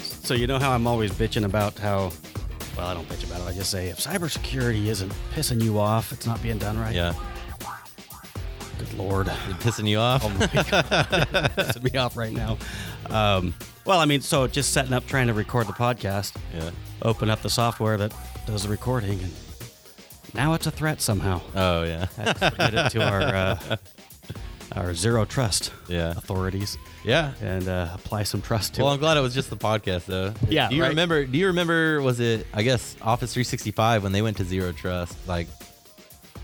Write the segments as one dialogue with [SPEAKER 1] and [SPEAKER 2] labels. [SPEAKER 1] So you know how I'm always bitching about how, well, I don't bitch about it. I just say if cybersecurity isn't pissing you off, it's not being done right.
[SPEAKER 2] Yeah.
[SPEAKER 1] Good lord, Oh
[SPEAKER 2] Pissing you off?
[SPEAKER 1] pissing me off right now. Um, well, I mean, so just setting up, trying to record the podcast,
[SPEAKER 2] yeah.
[SPEAKER 1] open up the software that does the recording, and now it's a threat somehow.
[SPEAKER 2] Oh, yeah.
[SPEAKER 1] Submit it to our uh, our zero trust
[SPEAKER 2] Yeah.
[SPEAKER 1] authorities
[SPEAKER 2] Yeah.
[SPEAKER 1] and uh, apply some trust to
[SPEAKER 2] Well,
[SPEAKER 1] it.
[SPEAKER 2] I'm glad it was just the podcast, though.
[SPEAKER 1] Yeah,
[SPEAKER 2] Do you
[SPEAKER 1] right.
[SPEAKER 2] remember? Do you remember? Was it I guess Office 365 when they went to zero trust? Like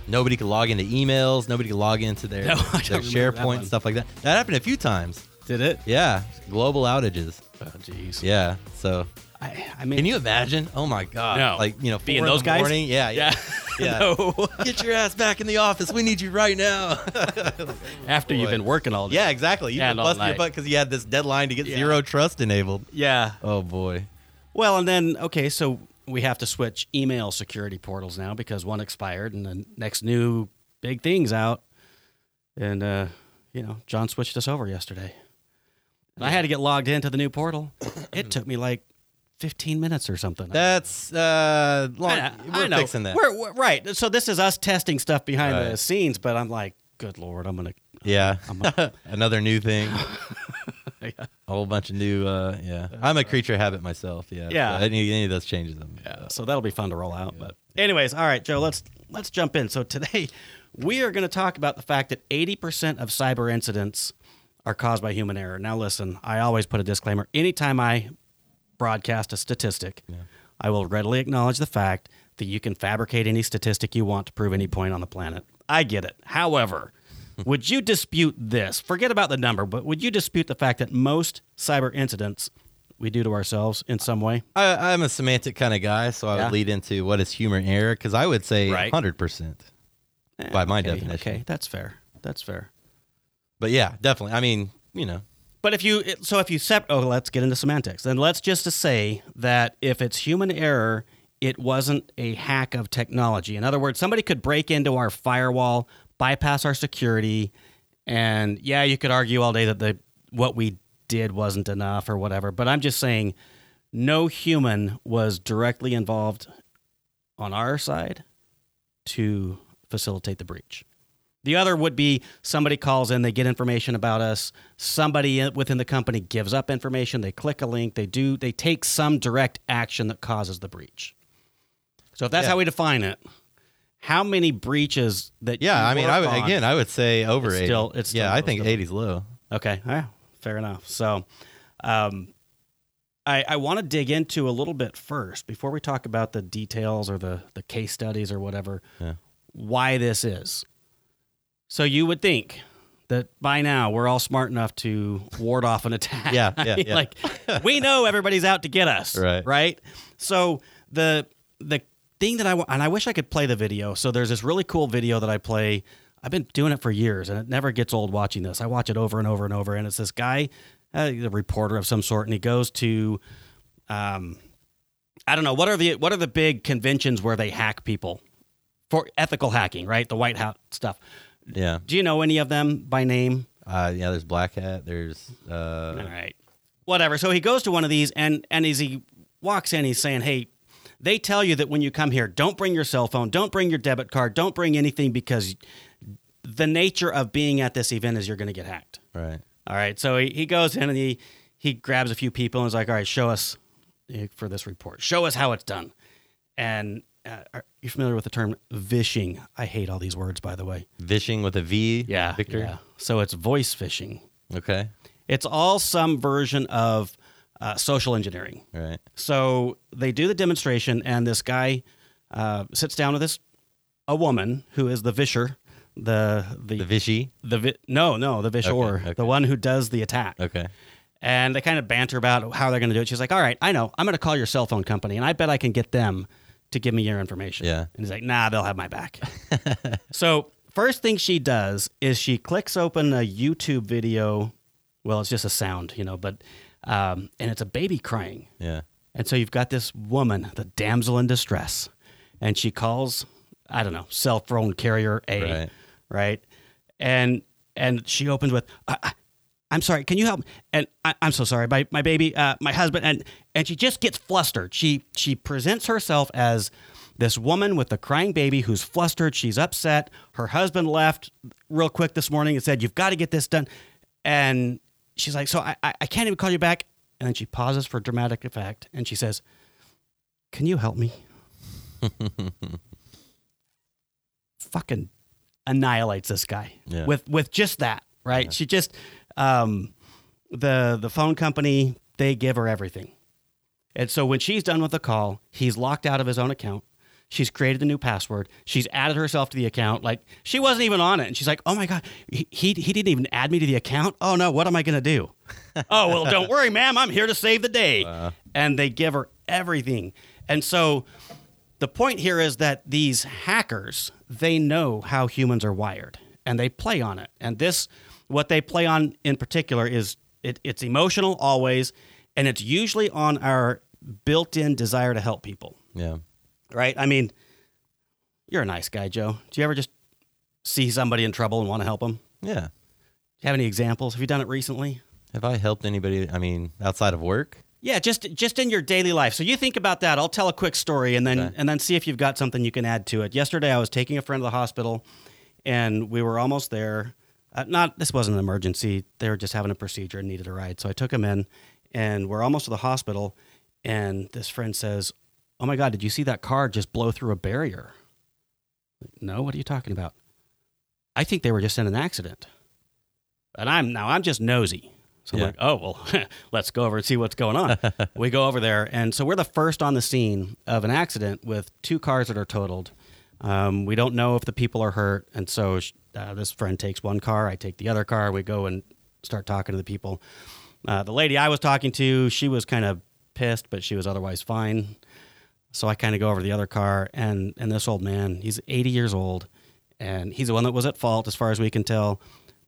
[SPEAKER 2] nobody could log into emails, nobody could log into their,
[SPEAKER 1] No, I
[SPEAKER 2] their
[SPEAKER 1] don't remember that
[SPEAKER 2] SharePoint
[SPEAKER 1] one.
[SPEAKER 2] stuff like that. That happened a few times.
[SPEAKER 1] Did it?
[SPEAKER 2] Yeah, global outages.
[SPEAKER 1] Oh, jeez.
[SPEAKER 2] Yeah. So
[SPEAKER 1] I, I mean,
[SPEAKER 2] can you imagine? Oh my god.
[SPEAKER 1] No.
[SPEAKER 2] Like you know,
[SPEAKER 1] Being
[SPEAKER 2] four in
[SPEAKER 1] those
[SPEAKER 2] the
[SPEAKER 1] guys?
[SPEAKER 2] Morning. Yeah. Yeah. Yeah.
[SPEAKER 1] no.
[SPEAKER 2] Get your ass back in the office. We need you right now.
[SPEAKER 1] After you've
[SPEAKER 2] Boy.
[SPEAKER 1] been working all day.
[SPEAKER 2] yeah, exactly. You
[SPEAKER 1] Yeah,
[SPEAKER 2] just
[SPEAKER 1] all
[SPEAKER 2] bust your
[SPEAKER 1] night.
[SPEAKER 2] butt because you had this deadline to get
[SPEAKER 1] Yeah.
[SPEAKER 2] zero trust enabled.
[SPEAKER 1] Yeah.
[SPEAKER 2] Oh boy.
[SPEAKER 1] Well, and then okay, so we have to switch email security portals now because one expired and the next new big thing's out. And uh, you know, John switched us over yesterday. And I had to get logged into the new portal. it took me like 15 minutes or something.
[SPEAKER 2] That's uh, long,
[SPEAKER 1] I- I
[SPEAKER 2] we're
[SPEAKER 1] know.
[SPEAKER 2] fixing that.
[SPEAKER 1] We're, we're- right. So this is us testing stuff behind the
[SPEAKER 2] Right.
[SPEAKER 1] scenes, but I'm like, good lord, I'm gonna.
[SPEAKER 2] yeah, another new thing, a
[SPEAKER 1] Yeah.
[SPEAKER 2] whole bunch of new. Uh, yeah, I'm a creature of habit myself. Yeah,
[SPEAKER 1] Yeah.
[SPEAKER 2] So any, any of those changes. I'm,
[SPEAKER 1] Yeah, so that'll be fun to roll out. But anyways, all right, Joe, let's let's jump in. So today we are going to talk about the fact that 80% of cyber incidents are caused by human error. Now listen, I always put a disclaimer anytime I broadcast a statistic, I will readily acknowledge the fact that you can fabricate any statistic you want to prove any point on the planet. I get it. However, would you dispute this? Forget about the number, but would you dispute the fact that most cyber incidents we do to ourselves in some way?
[SPEAKER 2] I, I'm a semantic kind of guy, so I
[SPEAKER 1] Yeah.
[SPEAKER 2] would lead into what is human error because I would say
[SPEAKER 1] Right.
[SPEAKER 2] 100 percent
[SPEAKER 1] Eh,
[SPEAKER 2] by my
[SPEAKER 1] okay,
[SPEAKER 2] definition.
[SPEAKER 1] Okay, that's fair. That's fair.
[SPEAKER 2] But yeah, definitely. I mean, you know,
[SPEAKER 1] But if you it- so if you sep oh let's get into semantics. Then let's just to say that if it's human error, it wasn't a hack of technology. In other words, somebody could break into our firewall, bypass our security, and yeah, you could argue all day that the what we did wasn't enough or whatever. But I'm just saying no human was directly involved on our side to facilitate the breach. The other would be somebody calls in, they get information about us. Somebody in- within the company gives up information. They click a link. They do. They take some direct action that causes the breach. So if that's
[SPEAKER 2] Yeah.
[SPEAKER 1] how we define it, how many breaches that?
[SPEAKER 2] yeah.
[SPEAKER 1] you
[SPEAKER 2] I mean,
[SPEAKER 1] work
[SPEAKER 2] I would,
[SPEAKER 1] on-
[SPEAKER 2] again, I would say over
[SPEAKER 1] It's
[SPEAKER 2] 80.
[SPEAKER 1] still- it's
[SPEAKER 2] yeah.
[SPEAKER 1] still
[SPEAKER 2] I think
[SPEAKER 1] close to-
[SPEAKER 2] 80 is low.
[SPEAKER 1] Okay, yeah, fair enough. So, um, I I want to dig into a little bit first before we talk about the details or the the case studies or whatever.
[SPEAKER 2] Yeah.
[SPEAKER 1] Why this is. So you would think that by now we're all smart enough to ward off an attack.
[SPEAKER 2] Yeah, yeah, yeah.
[SPEAKER 1] like we know everybody's out to get us.
[SPEAKER 2] Right.
[SPEAKER 1] Right. So the the thing that I wa- and I wish I could play the video. So there's this really cool video that I play. I've been doing it for years, and it never gets old watching this. I watch it over and over and over, and it's this guy, uh, a reporter of some sort, and he goes to, um, I don't know what are the what are the big conventions where they hack people for ethical hacking, right? The White House stuff.
[SPEAKER 2] Yeah.
[SPEAKER 1] Do you know any of them by name?
[SPEAKER 2] Uh, yeah. There's black hat. There's uh,
[SPEAKER 1] All right. Whatever. So he goes to one of these and and as he walks in, he's saying, Hey, they tell you that when you come here, don't bring your cell phone, don't bring your debit card, don't bring anything because the nature of being at this event is you're gonna get hacked.
[SPEAKER 2] right.
[SPEAKER 1] All right. So he, he goes in and he he grabs a few people and is like, all right, show us eh, for this report. Show us how it's done. And uh, are you familiar with the term vishing? I hate all these words, by the way.
[SPEAKER 2] Vishing with a V. Victor.
[SPEAKER 1] Yeah. So it's voice phishing.
[SPEAKER 2] Okay.
[SPEAKER 1] It's all some version of uh, social engineering.
[SPEAKER 2] All right.
[SPEAKER 1] So they do the demonstration, and this guy uh, sits down with this a woman who is the visher, the
[SPEAKER 2] The
[SPEAKER 1] the
[SPEAKER 2] Vishy.
[SPEAKER 1] the, vi- no no the visher,
[SPEAKER 2] okay.
[SPEAKER 1] the one who does the attack.
[SPEAKER 2] Okay.
[SPEAKER 1] And they kind of banter about how they're going to do it. She's like, "All right, I know. I'm going to call your cell phone company, and I bet I can get them to give me your information."
[SPEAKER 2] Yeah.
[SPEAKER 1] And he's like, "Nah, they'll have my back." so first thing she does is she clicks open a YouTube video. Well, it's just a sound, you know, but um, and it's a baby crying,
[SPEAKER 2] Yeah.
[SPEAKER 1] and so you've got this woman, the damsel in distress, and she calls, I don't know, cell phone carrier A,
[SPEAKER 2] Right.
[SPEAKER 1] right? And and she opens with, I, I, I'm sorry. Can you help? And I, I'm so sorry. My, my baby, uh, my husband, and and she just gets flustered. She she presents herself as this woman with a crying baby who's flustered. She's upset. Her husband left real quick this morning and said, "You've got to get this done." And she's like, "So I I I can't even call you back." And then she pauses for dramatic effect, and she says, "Can you help me?" Fucking annihilates this guy
[SPEAKER 2] Yeah.
[SPEAKER 1] with with just that right
[SPEAKER 2] Yeah.
[SPEAKER 1] she just um the the phone company they give her everything and so when she's done with the call he's locked out of his own account she's created a new password she's added herself to the account like she wasn't even on it and she's like oh my god he he, he didn't even add me to the account oh no what am i going to do oh well don't worry ma'am i'm here to save the day and they give her everything and so the point here is that these hackers they know how humans are wired and they play on it and this what they play on in particular is it, it's emotional always and it's usually on our built-in desire to help people
[SPEAKER 2] yeah.
[SPEAKER 1] right i mean you're a nice guy joe do you ever just see somebody in trouble and want to help them do
[SPEAKER 2] Yeah.
[SPEAKER 1] you have any examples have you done it recently
[SPEAKER 2] Have I helped anybody? I mean, outside of work?
[SPEAKER 1] Yeah, just just in your daily life. So you think about that. I'll tell a quick story and then
[SPEAKER 2] Okay.
[SPEAKER 1] and then see if you've got something you can add to it. Yesterday, I was taking a friend to the hospital, and we were almost there. Uh, not this wasn't an emergency. They were just having a procedure and needed a ride, so I took him in, and we're almost to the hospital. And this friend says, "Oh my God, did you see that car just blow through a barrier?" Like, no, what are you talking about? I think they were just in an accident. And I'm now I'm just nosy. So
[SPEAKER 2] Yeah.
[SPEAKER 1] I'm like, oh well, let's go over and see what's going on. we go over there, and so we're the first on the scene of an accident with two cars that are totaled. Um, we don't know if the people are hurt, and so sh- uh, this friend takes one car, I take the other car. We go and start talking to the people. Uh, the lady I was talking to, she was kind of pissed, but she was otherwise fine. So I kind of go over to the other car, and and this old man, he's 80 years old, and he's the one that was at fault as far as we can tell,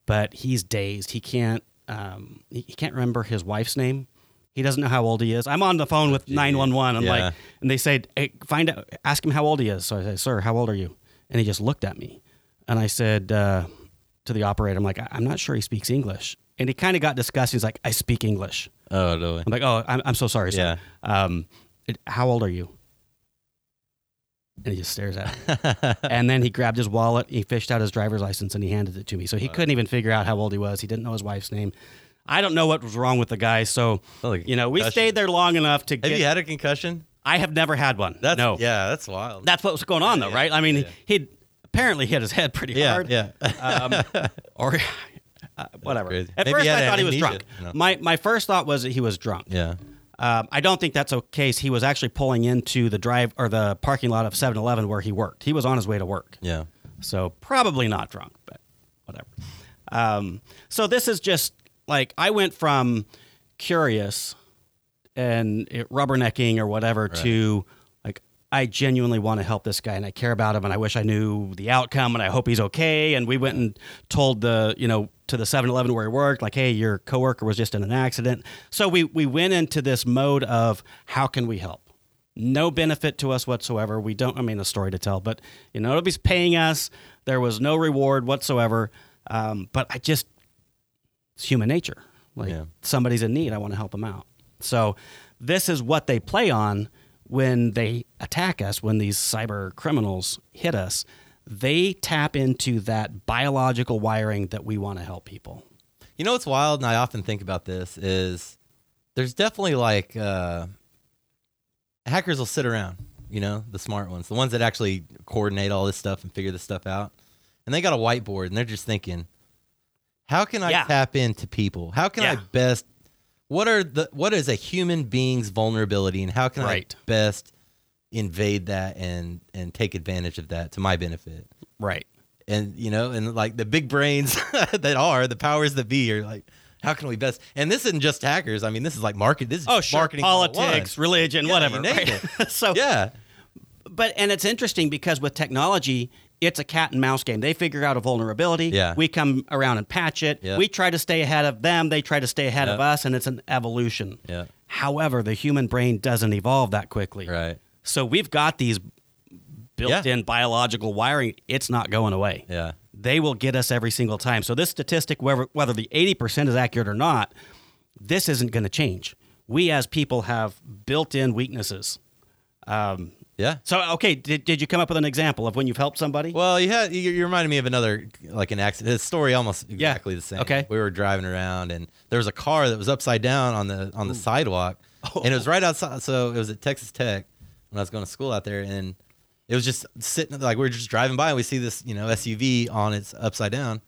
[SPEAKER 1] but he's dazed. He can't um, he, he can't remember his wife's name. He doesn't know how old he is. I'm on the phone with 911. I'm
[SPEAKER 2] Yeah.
[SPEAKER 1] like, and they said, hey, find out, ask him how old he is. So I said, sir, how old are you? And he just looked at me, and I said uh, to the operator, I'm like, I- I'm not sure he speaks English. And he kind of got disgusted. He's like, I speak English.
[SPEAKER 2] Oh, no.
[SPEAKER 1] I'm like, oh, I'm, I'm so sorry. Sir. Yeah. Um, it- how old are you? And he just stares at me. and then he grabbed his wallet, he fished out his driver's license, and he handed it to me. So he couldn't even figure out how old he was. He didn't know his wife's name. I don't know what was wrong with the guy. So, you know, we stayed there long enough to
[SPEAKER 2] Have
[SPEAKER 1] get.
[SPEAKER 2] you had a concussion?
[SPEAKER 1] I have never had one.
[SPEAKER 2] That's,
[SPEAKER 1] no.
[SPEAKER 2] Yeah, that's wild.
[SPEAKER 1] That's what was going on, though,
[SPEAKER 2] Yeah,
[SPEAKER 1] right? I mean,
[SPEAKER 2] yeah.
[SPEAKER 1] he'd apparently hit his head pretty
[SPEAKER 2] yeah,
[SPEAKER 1] hard
[SPEAKER 2] yeah.
[SPEAKER 1] um, or uh, whatever.
[SPEAKER 2] crazy.
[SPEAKER 1] At
[SPEAKER 2] Maybe
[SPEAKER 1] first,
[SPEAKER 2] he had
[SPEAKER 1] I thought he was
[SPEAKER 2] amnesia.
[SPEAKER 1] drunk.
[SPEAKER 2] No.
[SPEAKER 1] My my first thought was that he was drunk.
[SPEAKER 2] yeah.
[SPEAKER 1] Um, I don't think that's a case. He was actually pulling into the drive or the parking lot of 7-Eleven where he worked. He was on his way to work,
[SPEAKER 2] Yeah.
[SPEAKER 1] so probably not drunk, but whatever. Um, so this is just like I went from curious and it rubbernecking or whatever to like I genuinely want to help this guy and I care about him and I wish I knew the outcome and I hope he's okay and we went and told the you know to the 7-Eleven where he worked like hey your coworker was just in an accident so we we went into this mode of how can we help no benefit to us whatsoever we don't I mean a story to tell but you know nobody's paying us there was no reward whatsoever um, but I just it's human nature. Like
[SPEAKER 2] Yeah.
[SPEAKER 1] somebody's in need, I want to help them out. So this is what they play on when they attack us, when these cyber criminals hit us. They tap into that biological wiring that we want to help people.
[SPEAKER 2] You know what's wild, and I often think about this is there's definitely like uh, hackers will sit around, you know, the smart ones, the ones that actually coordinate all this stuff and figure this stuff out, and they got a whiteboard and they're just thinking, how can I
[SPEAKER 1] Yeah.
[SPEAKER 2] tap into people? How can I
[SPEAKER 1] Yeah.
[SPEAKER 2] best? What are the what is a human being's vulnerability, and how can
[SPEAKER 1] Right.
[SPEAKER 2] I best invade that and and take advantage of that to my benefit?
[SPEAKER 1] Right.
[SPEAKER 2] and you know, and like the big brains that are the powers that be are like, how can we best? And this isn't just hackers. I mean, this is like market. This is
[SPEAKER 1] Oh, sure.
[SPEAKER 2] marketing
[SPEAKER 1] Politics,
[SPEAKER 2] 101.
[SPEAKER 1] religion,
[SPEAKER 2] Yeah,
[SPEAKER 1] whatever.
[SPEAKER 2] you name
[SPEAKER 1] right? so
[SPEAKER 2] Yeah,
[SPEAKER 1] but and it's interesting because with technology it's a cat and mouse game they figure out a vulnerability
[SPEAKER 2] Yeah.
[SPEAKER 1] we come around and patch it
[SPEAKER 2] Yeah.
[SPEAKER 1] we try to stay ahead of them they try to stay ahead of
[SPEAKER 2] Yeah.
[SPEAKER 1] us and it's an evolution
[SPEAKER 2] Yeah.
[SPEAKER 1] however the human brain doesn't evolve that quickly
[SPEAKER 2] right.
[SPEAKER 1] so we've got these built-in biological wiring it's not going away
[SPEAKER 2] Yeah,
[SPEAKER 1] they will get us every single time. So this statistic, whether, whether the 80% is accurate or not, this isn't going to change. We as people have built-in weaknesses. Um,
[SPEAKER 2] Yeah.
[SPEAKER 1] so, okay, did, did you come up with an example of when you've helped somebody?
[SPEAKER 2] Well, you had you, you reminded me of another like an accident. His story almost exactly the same.
[SPEAKER 1] Okay.
[SPEAKER 2] we were driving around and there was a car that was upside down on the on the sidewalk, and it was right outside. So it was at Texas Tech when I was going to school out there, and it was just sitting like we were just driving by and we see this you know SUV on its upside down.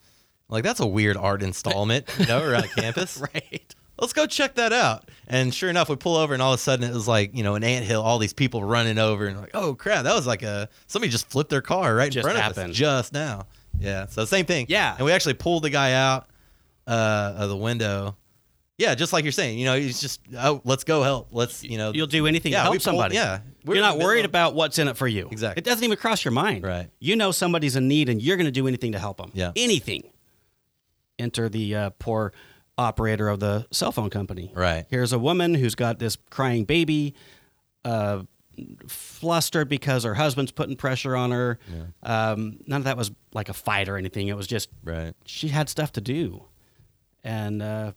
[SPEAKER 2] Like that's a weird art installment, you know, around campus
[SPEAKER 1] right.
[SPEAKER 2] let's go check that out. And sure enough, we pull over, and all of a sudden it was like, you know, an anthill, all these people running over, and like, oh crap, that was like a somebody just flipped their car right in
[SPEAKER 1] Just
[SPEAKER 2] front of
[SPEAKER 1] happened.
[SPEAKER 2] us just now. Yeah, so same thing.
[SPEAKER 1] Yeah.
[SPEAKER 2] and we actually pulled the guy out uh, of the window. Yeah, just like you're saying, you know, he's just oh, let's go help, let's you know,
[SPEAKER 1] You'll do anything
[SPEAKER 2] Yeah,
[SPEAKER 1] to help
[SPEAKER 2] we pulled-
[SPEAKER 1] somebody.
[SPEAKER 2] yeah. We're
[SPEAKER 1] you're
[SPEAKER 2] in
[SPEAKER 1] not
[SPEAKER 2] the
[SPEAKER 1] worried
[SPEAKER 2] middle of-
[SPEAKER 1] about what's in it for you.
[SPEAKER 2] Exactly.
[SPEAKER 1] It doesn't even cross your mind.
[SPEAKER 2] Right.
[SPEAKER 1] You know somebody's in need and you're going to do anything to help them.
[SPEAKER 2] Yeah.
[SPEAKER 1] Anything. Enter the uh, poor operator of the cell phone company.
[SPEAKER 2] Right.
[SPEAKER 1] Here's a woman who's got this crying baby, uh, flustered because her husband's putting pressure on her. Um, none of that was like a fight or anything. It was just
[SPEAKER 2] right.
[SPEAKER 1] she had stuff to do, and uh,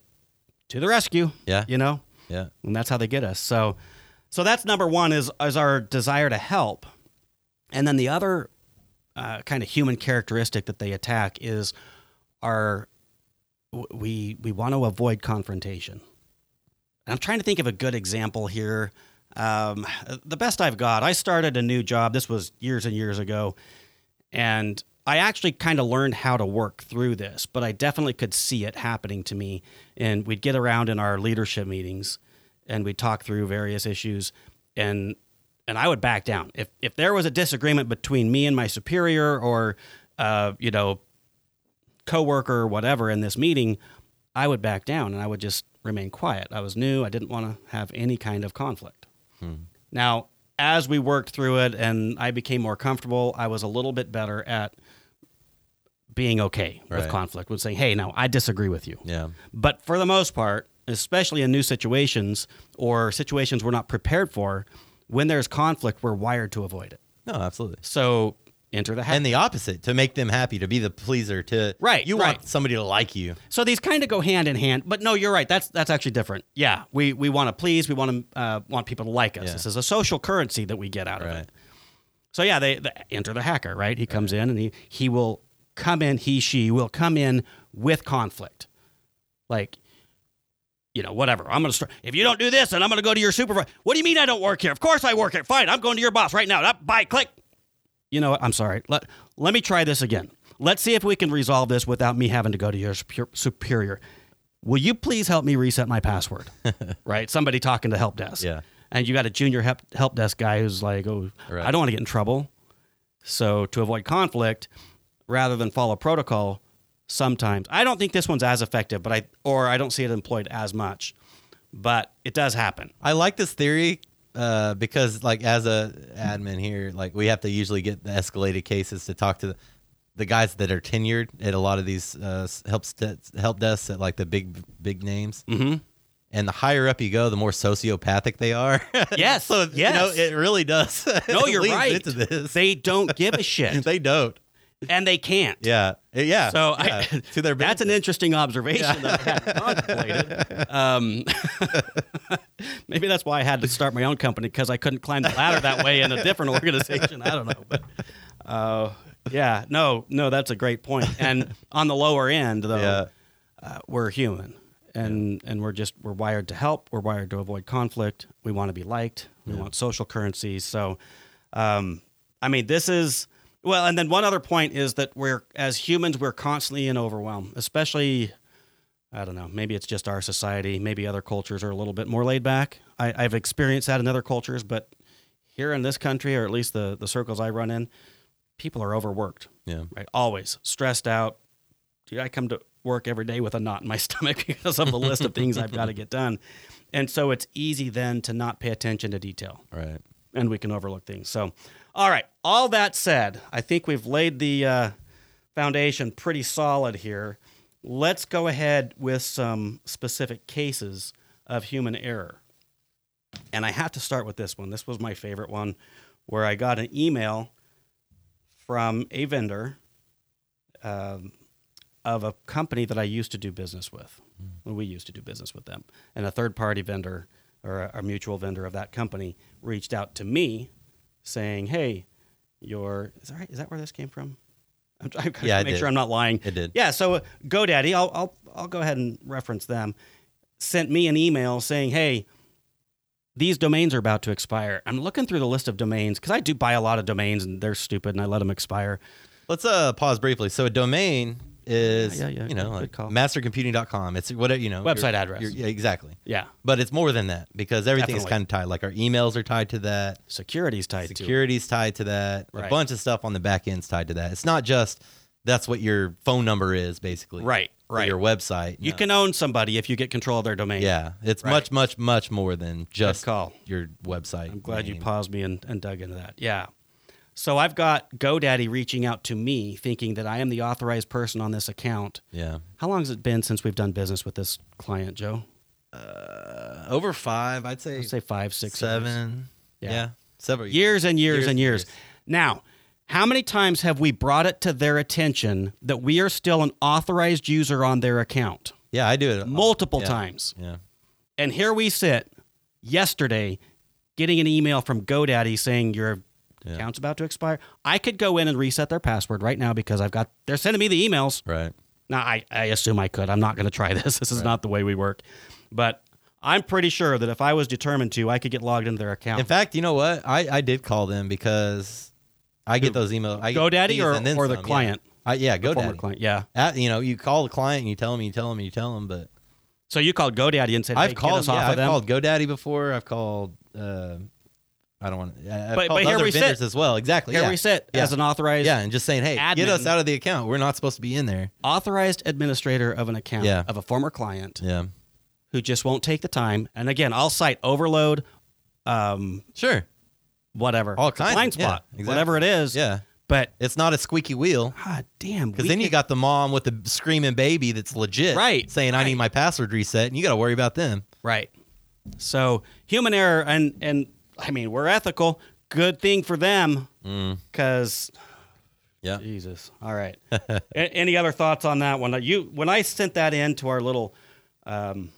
[SPEAKER 1] to the rescue.
[SPEAKER 2] Yeah.
[SPEAKER 1] You know
[SPEAKER 2] Yeah,
[SPEAKER 1] and that's how they get us. So, so that's number one is is our desire to help, and then the other uh, kind of human characteristic that they attack is our w- we we want to avoid confrontation. And I'm trying to think of a good example here. Um, the best I've got, I started a new job. This was years and years ago, and I actually kind of learned how to work through this, but I definitely could see it happening to me. And we'd get around in our leadership meetings and we'd talk through various issues and and I would back down. If if there was a disagreement between me and my superior or uh, you know, coworker or whatever in this meeting, I would back down and I would just remain quiet. I was new, I didn't want to have any kind of conflict. Now, as we worked through it and I became more comfortable, I was a little bit better at being okay with
[SPEAKER 2] Right.
[SPEAKER 1] conflict, with saying, hey, now I disagree with you.
[SPEAKER 2] yeah,
[SPEAKER 1] But for the most part, especially in new situations or situations we're not prepared for, when there's conflict, we're wired to avoid it.
[SPEAKER 2] no, absolutely.
[SPEAKER 1] So enter the happy.
[SPEAKER 2] And the opposite to make them happy, to be the pleaser, to
[SPEAKER 1] Right,
[SPEAKER 2] You
[SPEAKER 1] right.
[SPEAKER 2] want somebody to like you,
[SPEAKER 1] So these kind of go hand in hand, but no, you're right. That's that's actually different. Yeah, we we want to please, we want to uh, want people to like us.
[SPEAKER 2] Yeah.
[SPEAKER 1] This is a social currency that we get out of
[SPEAKER 2] right?
[SPEAKER 1] it. So yeah, they, they enter the hacker, right? He comes in and he he will come in, he she will come in with conflict, like you know whatever. I'm gonna start. If you don't do this, then I'm gonna go to your supervisor. What do you mean I don't work here? Of course I work here. Fine, I'm going to your boss right now. Up, bye, click. You know what? I'm sorry. Let let me try this again. Let's see if we can resolve this without me having to go to your supe- superior. Will you please help me reset my password? right? Somebody talking to help desk
[SPEAKER 2] Yeah.
[SPEAKER 1] and you got a junior help, help desk guy who's like, "Oh,
[SPEAKER 2] Right.
[SPEAKER 1] I don't want to get in trouble." So to avoid conflict, rather than follow protocol, sometimes I don't think this one's as effective, but I or I don't see it employed as much, but it does happen.
[SPEAKER 2] I like this theory uh, because, like, as a admin here, like we have to usually get the escalated cases to talk to the, the guys that are tenured at a lot of these uh, s- help st- help desks at like the big big names. Mm-hmm. And the higher up you go, the more sociopathic they are.
[SPEAKER 1] Yes,
[SPEAKER 2] so you know,
[SPEAKER 1] yes.
[SPEAKER 2] it really does.
[SPEAKER 1] No,
[SPEAKER 2] it
[SPEAKER 1] you're
[SPEAKER 2] leads
[SPEAKER 1] right.
[SPEAKER 2] Into this.
[SPEAKER 1] They don't give a shit,
[SPEAKER 2] they don't.
[SPEAKER 1] and they can't.
[SPEAKER 2] Yeah, yeah.
[SPEAKER 1] So
[SPEAKER 2] yeah.
[SPEAKER 1] I,
[SPEAKER 2] to their
[SPEAKER 1] that's an interesting observation that I hadn't contemplated. Um, maybe that's why I had to start my own company because I couldn't climb the ladder that way in a different organization. I don't know, but uh, yeah, no, no, that's a great point. And on the lower end, though,
[SPEAKER 2] Yeah.
[SPEAKER 1] uh, we're human, and and we're just we're wired to help. We're wired to avoid conflict. We want to be liked. We want social currency. So, um, I mean, this is well. And then one other point is that we're as humans, we're constantly in overwhelm, especially. I don't know. Maybe it's just our society. Maybe other cultures are a little bit more laid back. I, I've experienced that in other cultures, but here in this country, or at least the, the circles I run in, people are overworked
[SPEAKER 2] yeah.
[SPEAKER 1] right? Always stressed out. Dude, I come to work every day with a knot in my stomach because of the list of things I've got to get done. And so it's easy then to not pay attention to detail
[SPEAKER 2] Right.
[SPEAKER 1] and we can overlook things. So, all right. All that said, I think we've laid the uh, foundation pretty solid here. Let's go ahead with some specific cases of human error. And I have to start with this one. This was my favorite one where I got an email from a vendor um, of a company that I used to do business with.
[SPEAKER 2] Hmm.
[SPEAKER 1] Well, we used to do business with them, and a third party vendor or a, a mutual vendor of that company reached out to me, saying, "Hey, your is that right? Is that where this came from?" I'm, I'm trying
[SPEAKER 2] Yeah, it
[SPEAKER 1] to make
[SPEAKER 2] did.
[SPEAKER 1] sure I'm not lying.
[SPEAKER 2] It did.
[SPEAKER 1] Yeah, so uh, GoDaddy, I'll, I'll I'll go ahead and reference them. Sent me an email saying, "Hey, these domains are about to expire." I'm looking through the list of domains because I do buy a lot of domains, and they're stupid, and I let them expire.
[SPEAKER 2] Let's uh pause briefly. So a domain is
[SPEAKER 1] Yeah, yeah,
[SPEAKER 2] you know
[SPEAKER 1] good- good
[SPEAKER 2] like
[SPEAKER 1] call.
[SPEAKER 2] mastercomputing.com. It's what you know
[SPEAKER 1] Website
[SPEAKER 2] your-
[SPEAKER 1] address.
[SPEAKER 2] your- yeah, exactly.
[SPEAKER 1] Yeah,
[SPEAKER 2] But it's more than that because everything is
[SPEAKER 1] Definitely.
[SPEAKER 2] kind of tied. Like our emails are tied to that.
[SPEAKER 1] security's tied to. it.
[SPEAKER 2] Security's tied to that. A
[SPEAKER 1] Right.
[SPEAKER 2] bunch of stuff on the back end's tied to that. It's not just that's what your phone number is basically.
[SPEAKER 1] Right,
[SPEAKER 2] for
[SPEAKER 1] right.
[SPEAKER 2] Your website.
[SPEAKER 1] You
[SPEAKER 2] No.
[SPEAKER 1] can own somebody if you get control of their domain.
[SPEAKER 2] Yeah, it's
[SPEAKER 1] Right.
[SPEAKER 2] much, much, much more than just
[SPEAKER 1] call.
[SPEAKER 2] your website.
[SPEAKER 1] I'm glad you
[SPEAKER 2] name.
[SPEAKER 1] paused me and, and dug into that. Yeah. So I've got GoDaddy reaching out to me thinking that I am the authorized person on this account.
[SPEAKER 2] Yeah,
[SPEAKER 1] How long has it been since we've done business with this client, Joe?
[SPEAKER 2] Uh, over five, I'd say,
[SPEAKER 1] I'd say five, six, years.
[SPEAKER 2] seven. Yeah.
[SPEAKER 1] Yeah.
[SPEAKER 2] several
[SPEAKER 1] Years and years,
[SPEAKER 2] Years
[SPEAKER 1] and
[SPEAKER 2] and
[SPEAKER 1] years.
[SPEAKER 2] years.
[SPEAKER 1] Now, how many times have we brought it to their attention that we are still an authorized user on their account?
[SPEAKER 2] Yeah, I do it all-
[SPEAKER 1] Multiple
[SPEAKER 2] Oh, yeah,
[SPEAKER 1] times.
[SPEAKER 2] Yeah,
[SPEAKER 1] And here we sit yesterday getting an email from GoDaddy saying your
[SPEAKER 2] Yeah.
[SPEAKER 1] account's about to expire. I could go in and reset their password right now because I've got, they're sending me the emails.
[SPEAKER 2] right.
[SPEAKER 1] Now, I, I assume I could. I'm not going to try this. This is not the way we work. But I'm pretty sure that if I was determined to, I could get logged into their account.
[SPEAKER 2] In fact, you know what? I, I did call them because I get those emails. I get
[SPEAKER 1] GoDaddy
[SPEAKER 2] these
[SPEAKER 1] or,
[SPEAKER 2] and then
[SPEAKER 1] or the
[SPEAKER 2] some, yeah.
[SPEAKER 1] client,
[SPEAKER 2] I, yeah,
[SPEAKER 1] former
[SPEAKER 2] GoDaddy.
[SPEAKER 1] client. Yeah.
[SPEAKER 2] At, you know, you call the client and you tell them, you tell them, you tell them. But
[SPEAKER 1] So you called GoDaddy and said, hey,
[SPEAKER 2] I've
[SPEAKER 1] get
[SPEAKER 2] called,
[SPEAKER 1] us
[SPEAKER 2] yeah,
[SPEAKER 1] off of
[SPEAKER 2] I've
[SPEAKER 1] them.
[SPEAKER 2] called GoDaddy before. I've called, uh, I don't want to. I've
[SPEAKER 1] But-
[SPEAKER 2] called
[SPEAKER 1] but here
[SPEAKER 2] other
[SPEAKER 1] we sit.
[SPEAKER 2] vendors as well. Exactly.
[SPEAKER 1] Here
[SPEAKER 2] yeah.
[SPEAKER 1] we sit
[SPEAKER 2] Yeah.
[SPEAKER 1] as an authorized
[SPEAKER 2] Yeah, and just saying, hey, get us
[SPEAKER 1] Admin.
[SPEAKER 2] out of the account. We're not supposed to be in there.
[SPEAKER 1] authorized administrator of an account
[SPEAKER 2] Yeah.
[SPEAKER 1] of a former client
[SPEAKER 2] Yeah,
[SPEAKER 1] who just won't take the time. And again, I'll cite overload, um,
[SPEAKER 2] sure.
[SPEAKER 1] whatever,
[SPEAKER 2] All
[SPEAKER 1] It's a
[SPEAKER 2] kinds of-
[SPEAKER 1] blind
[SPEAKER 2] yeah,
[SPEAKER 1] spot,
[SPEAKER 2] exactly.
[SPEAKER 1] whatever it is.
[SPEAKER 2] Yeah,
[SPEAKER 1] But
[SPEAKER 2] it's not a squeaky wheel
[SPEAKER 1] God damn,
[SPEAKER 2] because
[SPEAKER 1] we
[SPEAKER 2] then you
[SPEAKER 1] could-
[SPEAKER 2] got the mom with the screaming baby that's legit,
[SPEAKER 1] Right,
[SPEAKER 2] Saying I need my password reset, and you got to worry about them.
[SPEAKER 1] right. So human error, and and I mean we're ethical. Good thing for them,
[SPEAKER 2] Mm.
[SPEAKER 1] because
[SPEAKER 2] Yeah.
[SPEAKER 1] Jesus. All right. A- any other thoughts on that one? You when I sent that in to our little um,